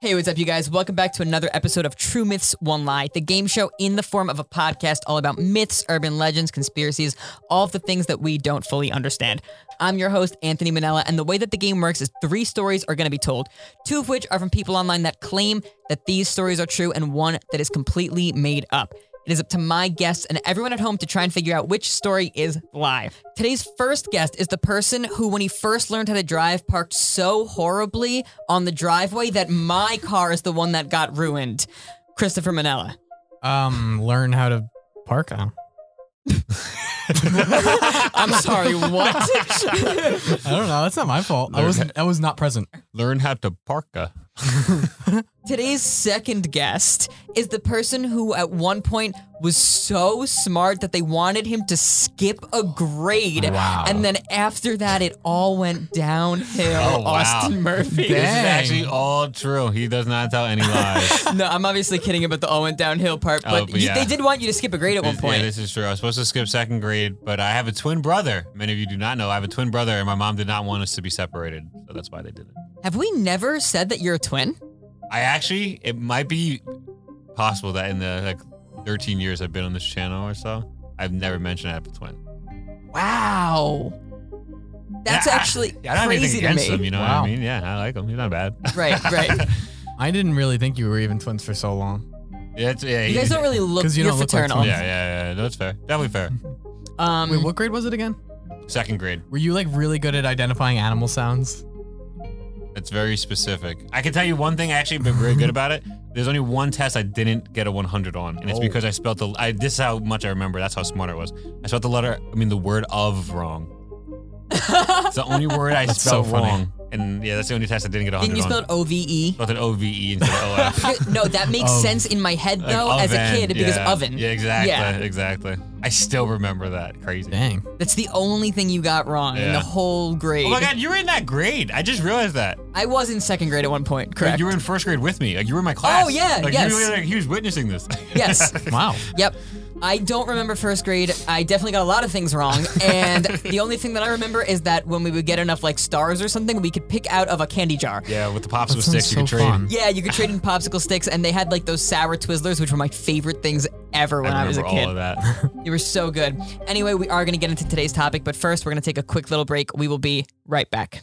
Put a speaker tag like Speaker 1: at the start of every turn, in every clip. Speaker 1: Hey, what's up, you guys? Welcome back to another episode of True Myths, One Lie, the game show in the form of a podcast all about myths, urban legends, conspiracies, all of the things that we don't fully understand. I'm your host, Anthony Manella, and the way that the game works is three stories are going to be told, two of which are from people online that claim that these stories are true, and one that is completely made up. It is up to my guests and everyone at home to try and figure out which story is the lie. Today's first guest is the person who, when he first learned how to drive, parked so horribly on the driveway that my car is the one that got ruined. Christopher Manella.
Speaker 2: Um, learn how to park on.
Speaker 1: I'm sorry, what?
Speaker 2: I don't know. That's not my fault. I
Speaker 3: Learn
Speaker 2: was I was not present.
Speaker 3: Learn how to parka.
Speaker 1: Today's second guest is the person who, at one point, was so smart that they wanted him to skip a grade.
Speaker 3: Wow.
Speaker 1: And then after that, it all went downhill.
Speaker 3: Oh, wow.
Speaker 1: Austin Murphy.
Speaker 3: This is
Speaker 2: Dang.
Speaker 3: actually all true. He does not tell any lies.
Speaker 1: No, I'm obviously kidding about the all went downhill part, but,
Speaker 3: Oh, but
Speaker 1: you-
Speaker 3: yeah.
Speaker 1: they did want you to skip a grade at one
Speaker 3: this, yeah,
Speaker 1: point.
Speaker 3: this is true. I was supposed to skip second grade, but I have a twin brother. Many of you do not know. I have a twin brother, and my mom did not want us to be separated, so that's why they did it.
Speaker 1: Have we never said that you're a twin?
Speaker 3: I actually, it might be possible that in the like 13 years I've been on this channel or so, I've never mentioned I have a twin.
Speaker 1: Wow. That's
Speaker 3: Yeah, I-
Speaker 1: actually
Speaker 3: I don't have anything
Speaker 1: crazy to
Speaker 3: against
Speaker 1: me.
Speaker 3: him. You know
Speaker 2: Wow.
Speaker 3: what I mean? Yeah, I like him. He's not bad.
Speaker 1: Right, right.
Speaker 2: I didn't really think you were even twins for so long.
Speaker 3: yeah, it's, yeah,
Speaker 1: You guys
Speaker 3: he's-
Speaker 1: don't really look
Speaker 2: 'Cause you
Speaker 1: you're
Speaker 2: don't look like
Speaker 1: fraternal.
Speaker 3: Yeah, yeah, yeah. That's fair. Definitely fair.
Speaker 1: Um,
Speaker 2: Wait, what grade was it again?
Speaker 3: Second grade.
Speaker 2: Were you like really good at identifying animal sounds?
Speaker 3: It's very specific. I can tell you one thing. I actually been very good about it. There's only one test I didn't get a 100 on, and it's
Speaker 2: Oh.
Speaker 3: because I spelled the. I, this is how much I remember. That's how smart I was. I spelled the letter. I mean, the word of wrong. it's the only word I
Speaker 2: That's so
Speaker 3: spelled
Speaker 2: funny.
Speaker 3: wrong, and yeah, that's the only test I didn't get a 100
Speaker 1: Didn't you
Speaker 3: on.
Speaker 1: spell it O V E?
Speaker 3: spelled it O V E instead of O F.
Speaker 1: No, that makes
Speaker 2: Oh.
Speaker 1: sense in my head though as a kid because
Speaker 3: yeah.
Speaker 1: oven.
Speaker 3: Yeah, exactly,
Speaker 1: Yeah.
Speaker 3: exactly. I still remember that. Crazy.
Speaker 2: Dang.
Speaker 1: That's the only thing you got wrong in the
Speaker 3: Yeah.
Speaker 1: whole grade.
Speaker 3: Oh my god, you were in that grade. I just realized that.
Speaker 1: I was in second grade at one point, correct?
Speaker 3: You were in first grade with me. Like you were in my class.
Speaker 1: Oh, yeah,
Speaker 3: like,
Speaker 1: yes.
Speaker 3: You were, like, he was witnessing this.
Speaker 1: yes.
Speaker 2: Wow.
Speaker 1: Yep. I don't remember first grade. I definitely got a lot of things wrong. And the only thing that I remember is that when we would get enough like stars or something, we could pick out of a candy jar.
Speaker 3: Yeah, with the popsicle
Speaker 2: That sounds
Speaker 3: sticks,
Speaker 2: so
Speaker 3: you could trade.
Speaker 2: fun.
Speaker 1: Yeah, you could trade in popsicle sticks, and they had like those sour Twizzlers, which were my favorite things ever when I,
Speaker 3: I
Speaker 1: was a
Speaker 3: remember all of
Speaker 1: kid.
Speaker 3: that.
Speaker 1: They were so good. Anyway, we are going to get into today's topic, but first, we're going to take a quick little break. We will be right back.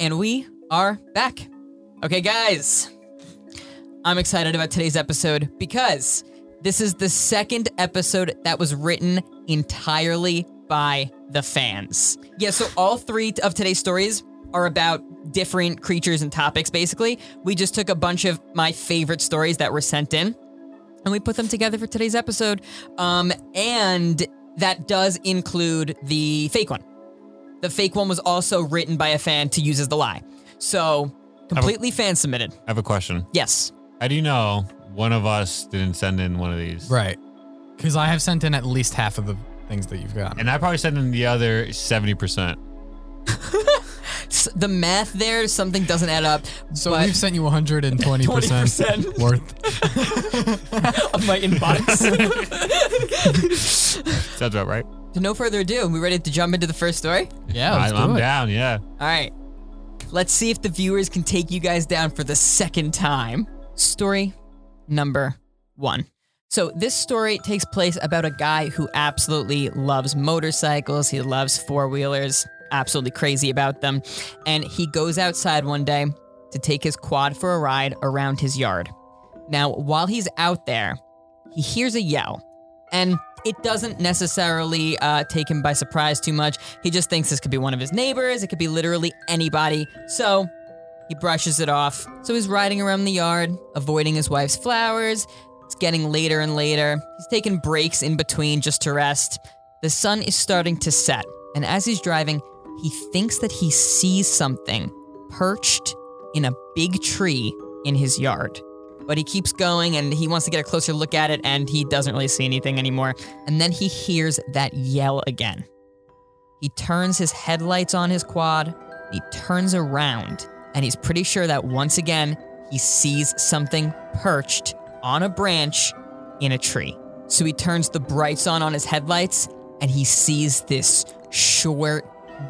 Speaker 1: And we are back. Okay, guys, I'm excited about today's episode because this is the second episode that was written entirely by the fans. Yeah, so all three of today's stories are about different creatures and topics, basically. We just took a bunch of my favorite stories that were sent in and we put them together for today's episode. Um, and that does include the fake one. The fake one was also written by a fan to use as the lie. So completely fan submitted.
Speaker 3: I have a question.
Speaker 1: Yes.
Speaker 3: How do you know one of us didn't send in one of these?
Speaker 2: Right. Because I have sent in at least half of the things that you've got.
Speaker 3: And I probably sent in the other 70%.
Speaker 1: S- The math there, something doesn't add up.
Speaker 2: So
Speaker 1: but
Speaker 2: we've sent you 120 percent
Speaker 1: 20%.
Speaker 2: worth.
Speaker 1: of my inbox.
Speaker 3: Sounds about right.
Speaker 1: to no further ado, we ready to jump into the first story?
Speaker 2: Yeah, Oh, let's
Speaker 3: I, am
Speaker 2: do it.
Speaker 3: down, yeah.
Speaker 1: All right. Let's see if the viewers can take you guys down for the second time. Story number one. So, this story takes place about a guy who absolutely loves motorcycles. He loves four wheelers, absolutely crazy about them. And he goes outside one day to take his quad for a ride around his yard. Now, while he's out there, he hears a yell, and it doesn't necessarily uh, take him by surprise too much. He just thinks this could be one of his neighbors, it could be literally anybody. So he brushes it off. So he's riding around the yard, avoiding his wife's flowers. It's getting later and later. He's taking breaks in between just to rest. The sun is starting to set, and as he's driving, he thinks that he sees something perched in a big tree in his yard. But he keeps going and he wants to get a closer look at it and he doesn't really see anything anymore. And then he hears that yell again. He turns his headlights on his quad, he turns around, and he's pretty sure that once again he sees something perched on a branch in a tree. So he turns the brights on on his headlights and he sees this short,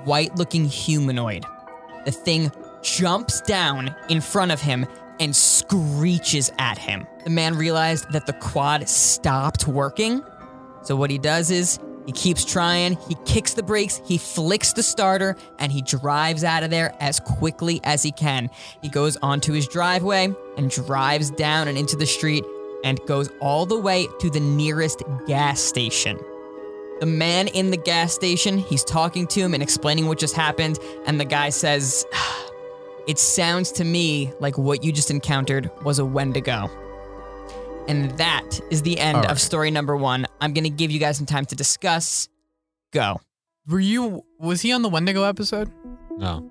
Speaker 1: white looking humanoid. The thing jumps down in front of him and screeches at him. The man realized that the quad stopped working. So what he does is he keeps trying, he kicks the brakes, he flicks the starter, and he drives out of there as quickly as he can. He goes onto his driveway and drives down and into the street and goes all the way to the nearest gas station. The man in the gas station, he's talking to him and explaining what just happened, and the guy says, It sounds to me like what you just encountered was a Wendigo. And that is the end
Speaker 2: All
Speaker 1: of
Speaker 2: right.
Speaker 1: story number one. I'm going to give you guys some time to discuss. Go.
Speaker 2: Were you? Was he on the Wendigo episode?
Speaker 3: No.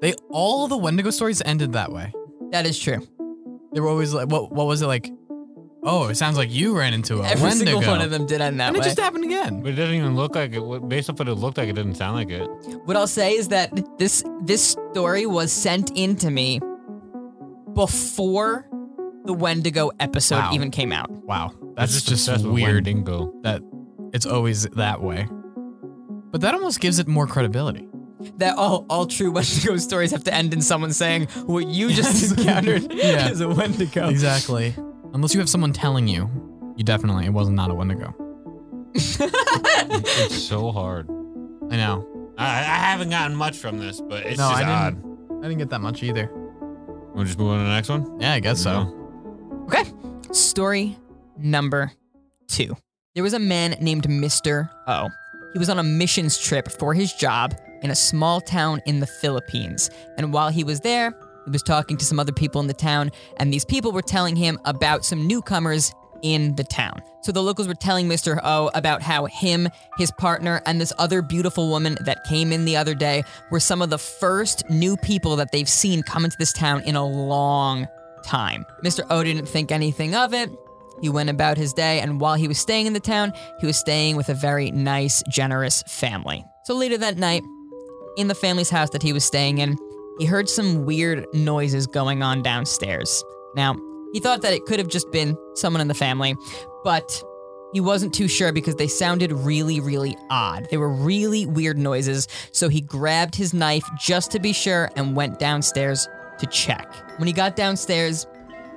Speaker 2: They all the Wendigo stories ended that way.
Speaker 1: That is true.
Speaker 2: They were always like, what? What was it like? Oh, it sounds like you ran into a
Speaker 1: Every
Speaker 2: Wendigo.
Speaker 1: single one of them did end that
Speaker 2: and it
Speaker 1: way.
Speaker 2: just happened again.
Speaker 3: But it doesn't even look like it. What- Based off what it looked like, it didn't sound like it.
Speaker 1: what I'll say is that this this story was sent in to me before the Wendigo episode
Speaker 2: Wow.
Speaker 1: even came out.
Speaker 2: Wow, that's
Speaker 3: It's
Speaker 2: just,
Speaker 3: obsessed with
Speaker 2: weird
Speaker 3: Wendigo.
Speaker 2: that it's always that way. But that almost gives it more credibility.
Speaker 1: That all all true Wendigo stories have to end in someone saying what you
Speaker 2: Yes.
Speaker 1: just encountered
Speaker 2: Yeah.
Speaker 1: is a Wendigo.
Speaker 2: Exactly. Unless you have someone telling you, you definitely it wasn't not a Wendigo.
Speaker 3: It's so hard.
Speaker 2: I know.
Speaker 3: I, I haven't gotten much from this, but it's
Speaker 2: No, I
Speaker 3: just odd.
Speaker 2: didn't. I didn't get that much either.
Speaker 3: We'll just move on to the next one.
Speaker 2: Yeah, I guess so.
Speaker 1: Okay. Story number two. There was a man named Mr. O. He was on a missions trip for his job in a small town in the Philippines. And while he was there, he was talking to some other people in the town, and these people were telling him about some newcomers in the town. So the locals were telling Mr. O about how him, his partner, and this other beautiful woman that came in the other day were some of the first new people that they've seen come into this town in a long time. Mr. O didn't think anything of it. He went about his day, and while he was staying in the town, he was staying with a very nice, generous family. So later that night, in the family's house that he was staying in, he heard some weird noises going on downstairs. Now, he thought that it could have just been someone in the family, but he wasn't too sure because they sounded really, really odd. They were really weird noises, so he grabbed his knife just to be sure and went downstairs to check. When he got downstairs,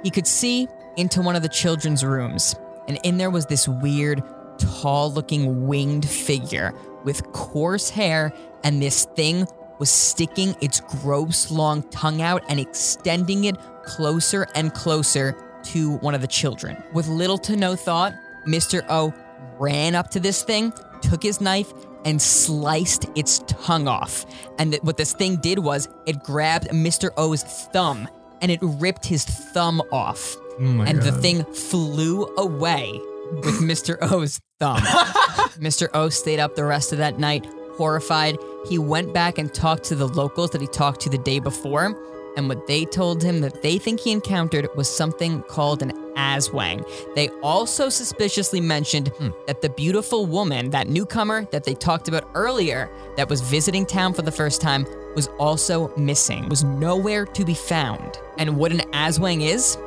Speaker 1: he could see into one of the children's rooms, and in there was this weird, tall looking winged figure with coarse hair, and this thing was sticking its gross long tongue out and extending it closer and closer to one of the children. With little to no thought, Mr. O ran up to this thing, took his knife, and sliced its tongue off. And th- what this thing did was it grabbed Mr. O's thumb and it ripped his thumb off. and the thing flew away with Mr. O's thumb. Mr. O stayed up the rest of that night, horrified. He went back and talked to the locals that he talked to the day before. And what they told him that they think he encountered was something called an aswang. They also suspiciously mentioned that the beautiful woman, that newcomer that they talked about earlier, that was visiting town for the first time, was also missing, was nowhere to be found. And what an aswang is?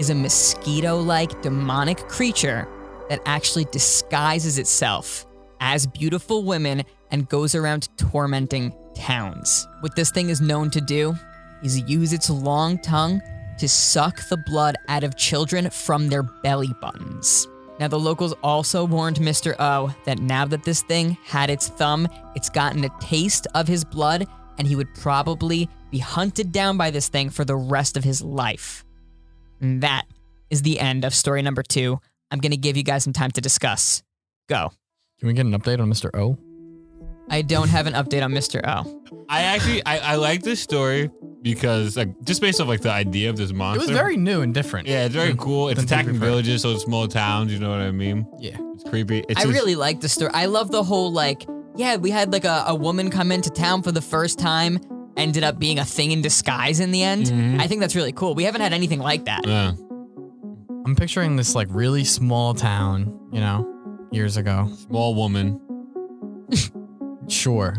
Speaker 1: is a mosquito like demonic creature that actually disguises itself as beautiful women and goes around tormenting towns. What this thing is known to do is use its long tongue to suck the blood out of children from their belly buttons. Now, the locals also warned Mr. O that now that this thing had its thumb, it's gotten a taste of his blood, and he would probably be hunted down by this thing for the rest of his life. And that is the end of story number two. I'm going to give you guys some time to discuss. Go.
Speaker 2: Can we get an update on Mr. O?
Speaker 1: I don't have an update on Mr. O.
Speaker 3: I actually, I, I like this story because, like, just based off like the idea of this
Speaker 2: It
Speaker 3: monster.
Speaker 2: was very new and different. Mm,
Speaker 3: Yeah, it's very cool. It's
Speaker 2: than
Speaker 3: attacking
Speaker 2: Paper Fur.
Speaker 3: villages, so it's small towns. You know what I mean?
Speaker 2: Yeah.
Speaker 3: It's creepy. It's
Speaker 1: I
Speaker 3: just-
Speaker 1: really like the story. I love the whole like, yeah, we had like a, a woman come into town for the first time ended up being a thing in disguise in the end.
Speaker 3: Mhm.
Speaker 1: I think that's really cool. We haven't had anything like that.
Speaker 3: Yeah.
Speaker 2: I'm picturing this like really small town, you know, years ago.
Speaker 3: Small woman.
Speaker 2: Sure.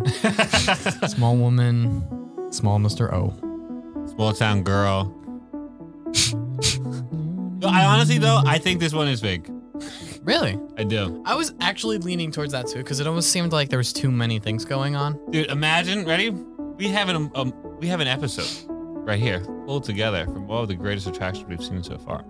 Speaker 2: small woman, small Mr. O.
Speaker 3: Small town girl. No, I honestly though, I think this one is fake.
Speaker 2: Really?
Speaker 3: I do.
Speaker 2: I was actually leaning towards that too because it almost seemed like there was too many things going on.
Speaker 3: Dude, imagine, ready? We have an um, we have an episode right here pulled together from all the greatest attractions we've seen so far.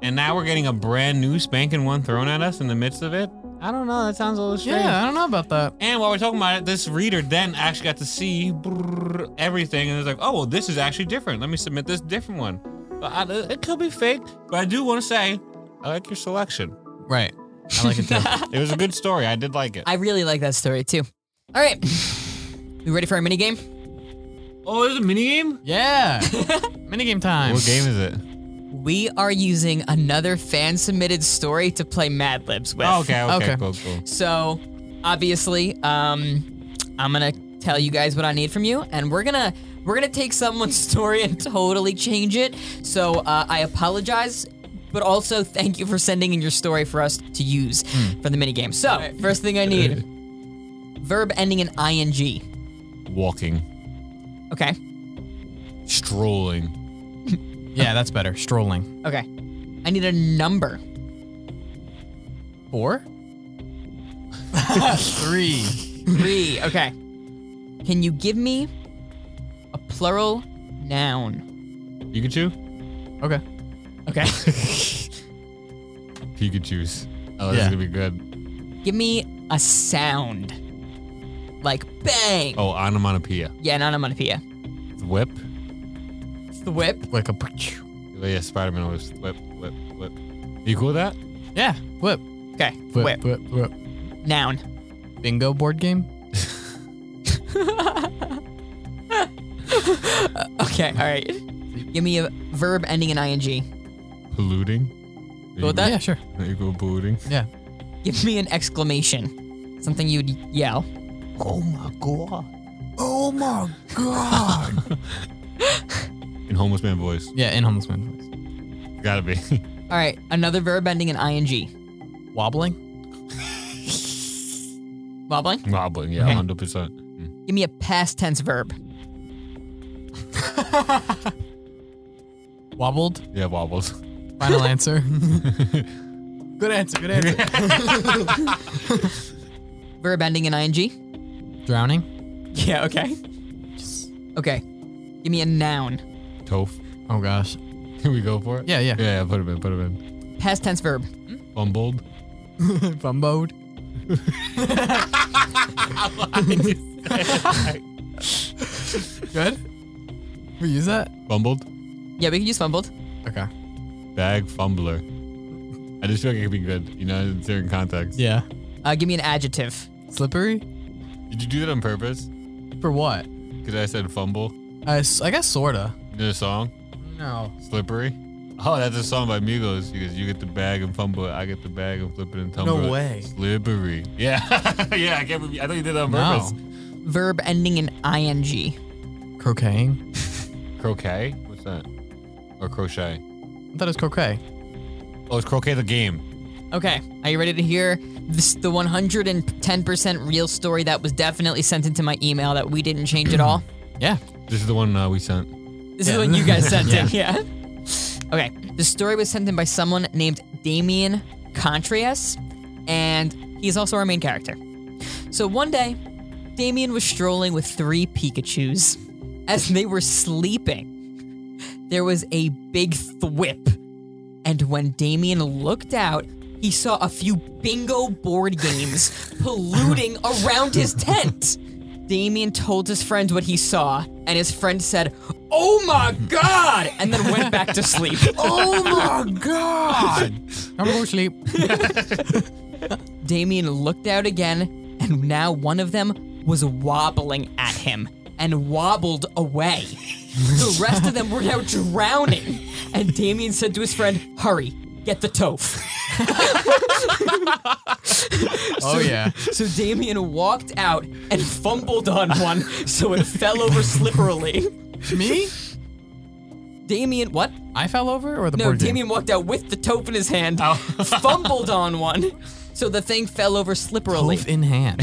Speaker 3: And now we're getting a brand new spanking one thrown at us in the midst of it. I don't know, that sounds a little strange.
Speaker 2: Yeah, I don't know about that.
Speaker 3: And while we're talking about it, this reader then actually got to see brrr, everything, and it's like, oh, well, this is actually different. Let me submit this different one. But I, it could be fake, but I do want to say, I like your selection.
Speaker 2: Right. I like it too.
Speaker 3: It was a good story. I did like it.
Speaker 1: I really like that story too. All right. We ready for our mini game?
Speaker 3: oh, there's a mini game.
Speaker 2: yeah. Minigame time.
Speaker 3: What game is it?
Speaker 1: We are using another fan submitted story to play Mad Libs with.
Speaker 3: Oh, okay, okay,
Speaker 2: Okay.
Speaker 3: cool, cool.
Speaker 1: So, obviously, um, I'm gonna tell you guys what I need from you, and we're gonna we're gonna take someone's story and totally change it. So uh, I apologize, but also thank you for sending in your story for us to use for the minigame. So first thing I need verb ending in ing.
Speaker 3: Walking,
Speaker 1: Okay.
Speaker 3: strolling,
Speaker 2: Yeah, that's better. Strolling.
Speaker 1: Okay. I need a number.
Speaker 2: Four? Three.
Speaker 1: Three. Okay. Can you give me a plural noun?
Speaker 3: Pikachu,
Speaker 2: Okay.
Speaker 1: Okay.
Speaker 3: Pikachu's. Oh, this
Speaker 2: Yeah.
Speaker 3: is gonna be good.
Speaker 1: Give me a sound. Like bang.
Speaker 3: Oh, onomatopoeia,
Speaker 1: Yeah, an onomatopoeia.
Speaker 3: whip.
Speaker 1: It's the whip.
Speaker 2: Like a.
Speaker 3: Oh, yeah, Spider-Man was whip, whip, whip. You cool with that?
Speaker 2: Yeah. Whip.
Speaker 1: Okay. Whip.
Speaker 2: Whip. Whip. Whip.
Speaker 1: Noun.
Speaker 2: Bingo board game?
Speaker 1: Okay, all right. Give me a verb ending in ing.
Speaker 3: Polluting.
Speaker 1: Cool with that?
Speaker 2: Yeah, sure.
Speaker 3: You go polluting.
Speaker 2: Yeah.
Speaker 1: Give me an exclamation. Something you'd yell.
Speaker 3: Oh my god. Oh my god. In homeless man voice.
Speaker 2: Yeah, in homeless man voice.
Speaker 3: Gotta be.
Speaker 1: All right, another verb ending in ing.
Speaker 2: Wobbling?
Speaker 1: Wobbling.
Speaker 3: Goblin, yeah,
Speaker 1: Okay.
Speaker 3: 100%. Mm.
Speaker 1: Give me a past tense verb.
Speaker 2: Wobbled?
Speaker 3: Yeah, wobbles.
Speaker 2: Final answer. good answer. Good answer.
Speaker 1: Verb ending in ing.
Speaker 2: Drowning?
Speaker 1: Yeah, okay. Okay. Give me a noun.
Speaker 3: Toph.
Speaker 2: Oh, gosh.
Speaker 3: Can we go for it?
Speaker 2: Yeah, yeah.
Speaker 3: Yeah, yeah, put him in, put him in.
Speaker 1: Past tense verb.
Speaker 3: Bumbled.
Speaker 2: Bumboed? Good? We use that?
Speaker 3: Bumbled.
Speaker 1: Yeah, we can use fumbled.
Speaker 2: Okay.
Speaker 3: Bag fumbler. I just feel like it could be good, you know, in certain contexts.
Speaker 2: Yeah.
Speaker 1: Uh, give me an adjective.
Speaker 2: Slippery?
Speaker 3: Did you do that on purpose?
Speaker 2: For what?
Speaker 3: Because I said fumble.
Speaker 2: I, s- I guess sorta.
Speaker 3: You know the song?
Speaker 2: No.
Speaker 3: Slippery. Oh, that's a song by Migos. Because you get the bag and fumble it, I get the bag and flip it and tumble it.
Speaker 2: way.
Speaker 3: Slippery. Yeah. yeah, I can't remember. I thought you did that on
Speaker 2: No.
Speaker 3: purpose.
Speaker 1: Verb ending in ing.
Speaker 2: Croqueting?
Speaker 3: Croquet? What's that? Or crochet?
Speaker 2: I thought it was croquet.
Speaker 3: Oh, it's croquet the game.
Speaker 1: Okay, are you ready to hear this, the 110% real story that was definitely sent into my email that we didn't change at all?
Speaker 2: Yeah.
Speaker 3: This is the one uh, we sent.
Speaker 1: This is the one you guys sent in, yeah? Okay, the story was sent in by someone named Damien Contreras, and he's also our main character. So one day, Damien was strolling with three Pikachus. As they were sleeping, there was a big thwip. And when Damien looked out, he saw a few bingo board games polluting around his tent. Damien told his friend what he saw, and his friend said, Oh my god! And then went back to sleep.
Speaker 2: Oh my god! I'm going to sleep.
Speaker 1: Damien looked out again, and now one of them was wobbling at him and wobbled away. the rest of them were now drowning. And Damien said to his friend, Hurry, get the tofu.
Speaker 2: Oh yeah.
Speaker 1: So Damien walked out and fumbled on one, so it fell over slipperily.
Speaker 2: Me?
Speaker 1: Damien, what?
Speaker 2: I fell over or the
Speaker 1: No,
Speaker 2: board game?
Speaker 1: Damien walked out with the tope in his hand,
Speaker 2: Oh.
Speaker 1: fumbled on one, so the thing fell over slipperily.
Speaker 2: Loaf in hand.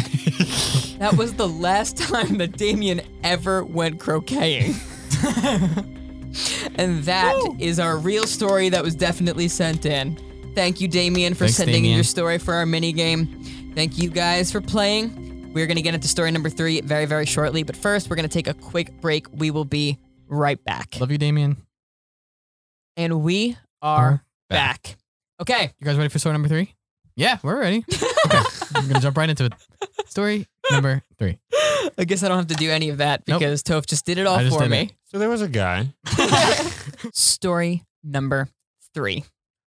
Speaker 1: That was the last time that Damien ever went croqueting. and that is our real story that was definitely sent in. Thank you, Damien, for
Speaker 2: Thanks,
Speaker 1: sending in
Speaker 2: Damien.
Speaker 1: your story for our mini game. Thank you guys for playing. We're going to get into story number three very, very shortly. But first, we're going to take a quick break. We will be right back.
Speaker 2: Love you, Damien.
Speaker 1: And we are back. Okay.
Speaker 2: You guys ready for story number three? Yeah, we're ready. Okay. I'm gonna jump right into it. Story number three.
Speaker 1: I guess I don't have to do any of that
Speaker 2: Nope.
Speaker 1: because Toph just did it all
Speaker 2: I just
Speaker 1: for
Speaker 2: did
Speaker 1: me.
Speaker 2: it.
Speaker 3: So there was a guy.
Speaker 1: Story number three.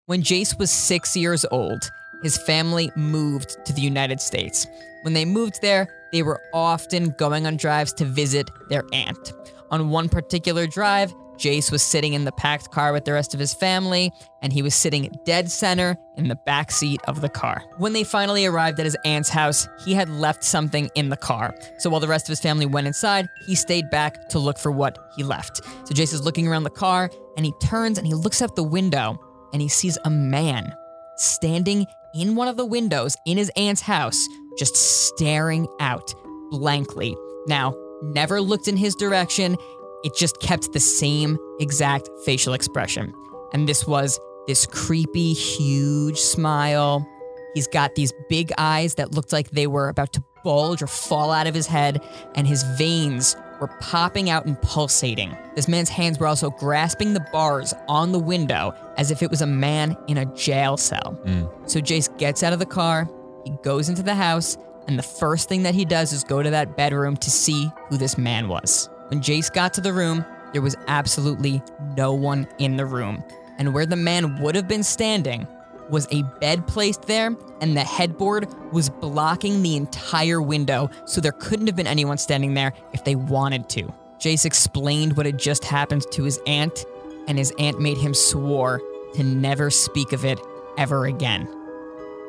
Speaker 1: When Jace was six years old, his family moved to the United States. When they moved there, they were often going on drives to visit their aunt. On one particular drive, Jace was sitting in the packed car with the rest of his family, and he was sitting dead center in the back seat of the car. When they finally arrived at his aunt's house, he had left something in the car. So while the rest of his family went inside, he stayed back to look for what he left. So Jace is looking around the car, and he turns and he looks out the window, and he sees a man standing in one of the windows in his aunt's house, just staring out blankly. Now, never looked in his direction. It just kept the same exact facial expression. And this was this creepy, huge smile. He's got these big eyes that looked like they were about to bulge or fall out of his head, and his veins were popping out and pulsating. This man's hands were also grasping the bars on the window as if it was a man in a jail cell. So Jace gets out of the car, he goes into the house, and the first thing that he does is go to that bedroom to see who this man was. When Jace got to the room, there was absolutely no one in the room. And where the man would have been standing was a bed placed there, and the headboard was blocking the entire window, so there couldn't have been anyone standing there if they wanted to. Jace explained what had just happened to his aunt, and his aunt made him swore to never speak of it ever again.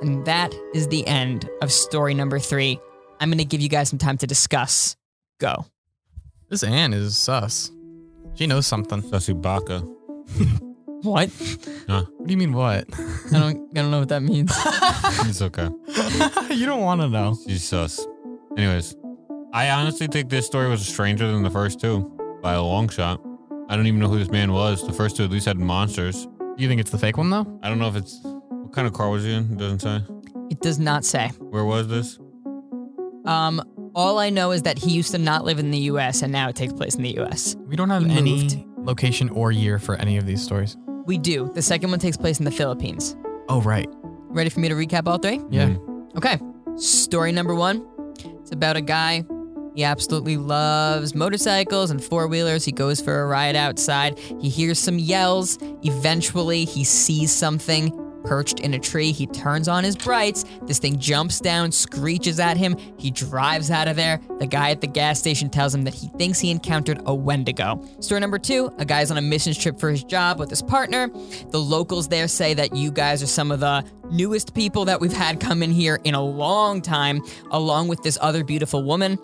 Speaker 1: And that is the end of story number three. I'm going to give you guys some time to discuss. Go.
Speaker 2: This Anne is sus. She knows something.
Speaker 3: That's Ibaka.
Speaker 1: What?
Speaker 2: What do you mean what?
Speaker 1: I don't. I don't know what that means.
Speaker 3: it's okay.
Speaker 2: you don't want to know.
Speaker 3: She's sus. Anyways, I honestly think this story was stranger than the first two by a long shot. I don't even know who this man was. The first two at least had monsters.
Speaker 2: You think it's the fake one though?
Speaker 3: I don't know if it's what kind of car was he in. It doesn't say.
Speaker 1: It does not say.
Speaker 3: Where was this?
Speaker 1: Um, all I know is that he used to not live in the U.S. and now it takes place in the U.S.
Speaker 2: We don't have
Speaker 1: He
Speaker 2: any
Speaker 1: moved.
Speaker 2: location or year for any of these stories.
Speaker 1: We do. The second one takes place in the Philippines.
Speaker 2: Oh right.
Speaker 1: Ready for me to recap all three?
Speaker 2: Yeah.
Speaker 3: Mm.
Speaker 1: Okay. Story number one. It's about a guy. He absolutely loves motorcycles and four wheelers. He goes for a ride outside. He hears some yells. Eventually, he sees something perched in a tree. He turns on his brights. This thing jumps down, screeches at him. He drives out of there. The guy at the gas station tells him that he thinks he encountered a Wendigo. Story number two a guy's on a missions trip for his job with his partner. The locals there say that you guys are some of the newest people that we've had come in here in a long time, along with this other beautiful woman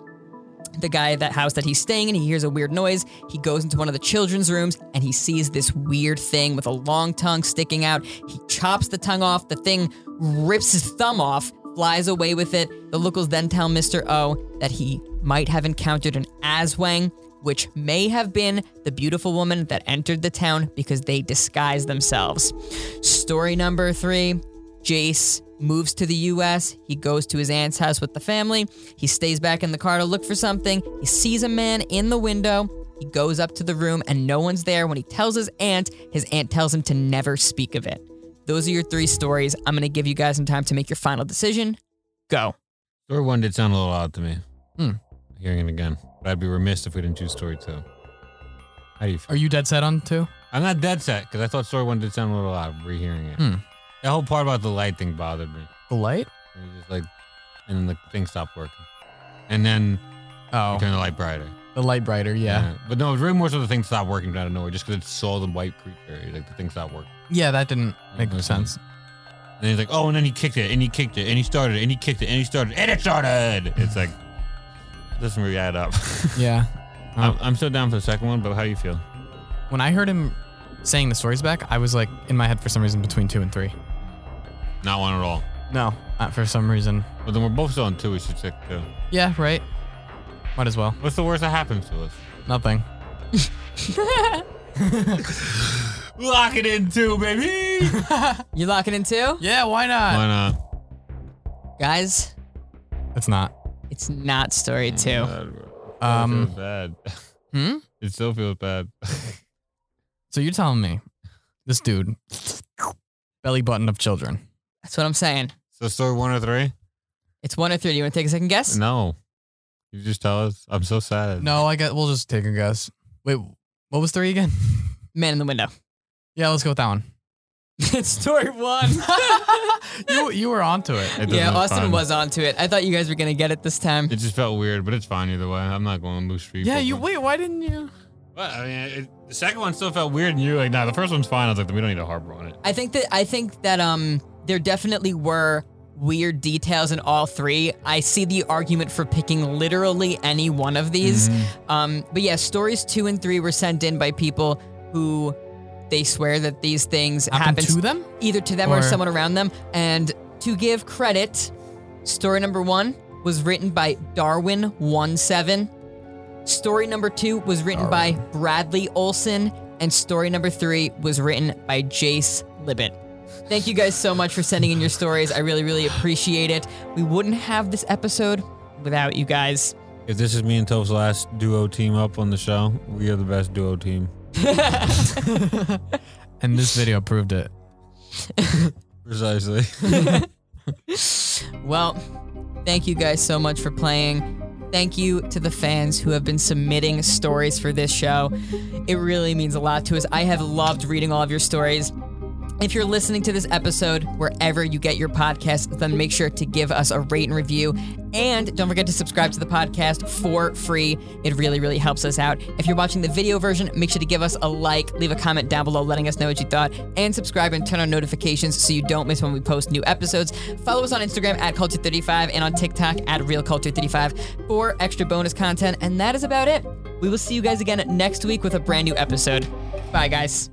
Speaker 1: the guy at that house that he's staying in, he hears a weird noise. He goes into one of the children's rooms and he sees this weird thing with a long tongue sticking out. He chops the tongue off. The thing rips his thumb off, flies away with it. The locals then tell Mr. O that he might have encountered an Aswang, which may have been the beautiful woman that entered the town because they disguised themselves. Story number three. Jace moves to the US. He goes to his aunt's house with the family. He stays back in the car to look for something. He sees a man in the window. He goes up to the room and no one's there. When he tells his aunt, his aunt tells him to never speak of it. Those are your three stories. I'm going to give you guys some time to make your final decision. Go.
Speaker 3: Story one did sound a little odd to me.
Speaker 2: Hmm.
Speaker 3: Hearing it again, but I'd be remiss if we didn't choose story two. How do you feel?
Speaker 2: Are you dead set on two?
Speaker 3: I'm not dead set because I thought story one did sound a little odd. Rehearing it,
Speaker 2: Hmm.
Speaker 3: that whole part about the light thing bothered me.
Speaker 2: The light?
Speaker 3: It was just like, and then the thing stopped working, and then
Speaker 2: Oh.
Speaker 3: turn the light brighter.
Speaker 2: The light brighter, yeah.
Speaker 3: Yeah. But no, it's really more so the thing stopped working out of nowhere just because it saw the white creature. Like the thing stopped working.
Speaker 2: Yeah, that didn't make
Speaker 3: no
Speaker 2: sense.
Speaker 3: And then he's like, oh, and then he kicked it, and he kicked it, and he started, it, and he kicked it, and he started, and it started. It's like, doesn't really add up.
Speaker 2: Yeah.
Speaker 3: I'm, I'm still down for the second one, but how you feel?
Speaker 2: When I heard him saying the stories back, I was like in my head for some reason between two and three.
Speaker 3: Not one at all.
Speaker 2: No, not for some reason.
Speaker 3: But then we're both still on two. We should stick to.
Speaker 2: Yeah, right. Might as well.
Speaker 3: What's the worst that happens to us?
Speaker 2: Nothing.
Speaker 3: Lock it in two, baby.
Speaker 1: You locking in too?
Speaker 2: Yeah, why not?
Speaker 3: Why not?
Speaker 1: Guys,
Speaker 2: It's not.
Speaker 1: it's not story two.
Speaker 3: Bad, bro. It
Speaker 2: Um,
Speaker 3: feels bad.
Speaker 2: Hmm?
Speaker 3: It still feels bad.
Speaker 2: So you're telling me this dude belly button of children.
Speaker 1: That's what I'm saying.
Speaker 3: so story one or three?
Speaker 1: It's one or three. Do you want to take a second guess?
Speaker 3: No. You just tell us. I'm so sad.
Speaker 2: No, I guess we'll just take a guess. Wait, what was three again?
Speaker 1: Man in the window.
Speaker 2: Yeah, let's go with that one.
Speaker 1: it's story one.
Speaker 2: You you were onto it.
Speaker 3: It
Speaker 1: yeah,
Speaker 3: doesn't
Speaker 1: Austin
Speaker 3: fun.
Speaker 1: was onto it. I thought you guys were gonna get it this time.
Speaker 3: It just felt weird, but it's fine either way. I'm not going to lose street.
Speaker 2: Yeah, you wait, why didn't you?
Speaker 3: Well, I mean, it, the second one still felt weird, and you were like, nah, the first one's fine. I was like, we don't need to harbor on it.
Speaker 1: I think that I think that um there definitely were weird details in all three. I see the argument for picking literally any one of these.
Speaker 3: Mm-hmm.
Speaker 2: Mm-hmm.
Speaker 1: Um, but yeah, stories two and three were sent in by people who they swear that these things
Speaker 2: Happened
Speaker 1: happen
Speaker 2: to them?
Speaker 1: either to them or,
Speaker 2: Or-
Speaker 1: someone around them. And to give credit, story number one was written by Darwin One Seven. Story number two was written by Bradley Olson, and story number three was written by Jace Libet. Thank you guys so much for sending in your stories. I really, really appreciate it. We wouldn't have this episode without you guys.
Speaker 3: If this is me and Toph's last duo team up on the show, we are the best duo team.
Speaker 2: And this video proved it.
Speaker 3: Precisely.
Speaker 1: Well, thank you guys so much for playing. Thank you to the fans who have been submitting stories for this show. It really means a lot to us. I have loved reading all of your stories. If you're listening to this episode wherever you get your podcast, then make sure to give us a rate and review. And don't forget to subscribe to the podcast for free. It really, really helps us out. If you're watching the video version, make sure to give us a like, leave a comment down below letting us know what you thought, and subscribe and turn on notifications so you don't miss when we post new episodes. Follow us on Instagram at Culture35 and on TikTok at RealCulture35 for extra bonus content. And that is about it. We will see you guys again next week with a brand new episode. Bye, guys.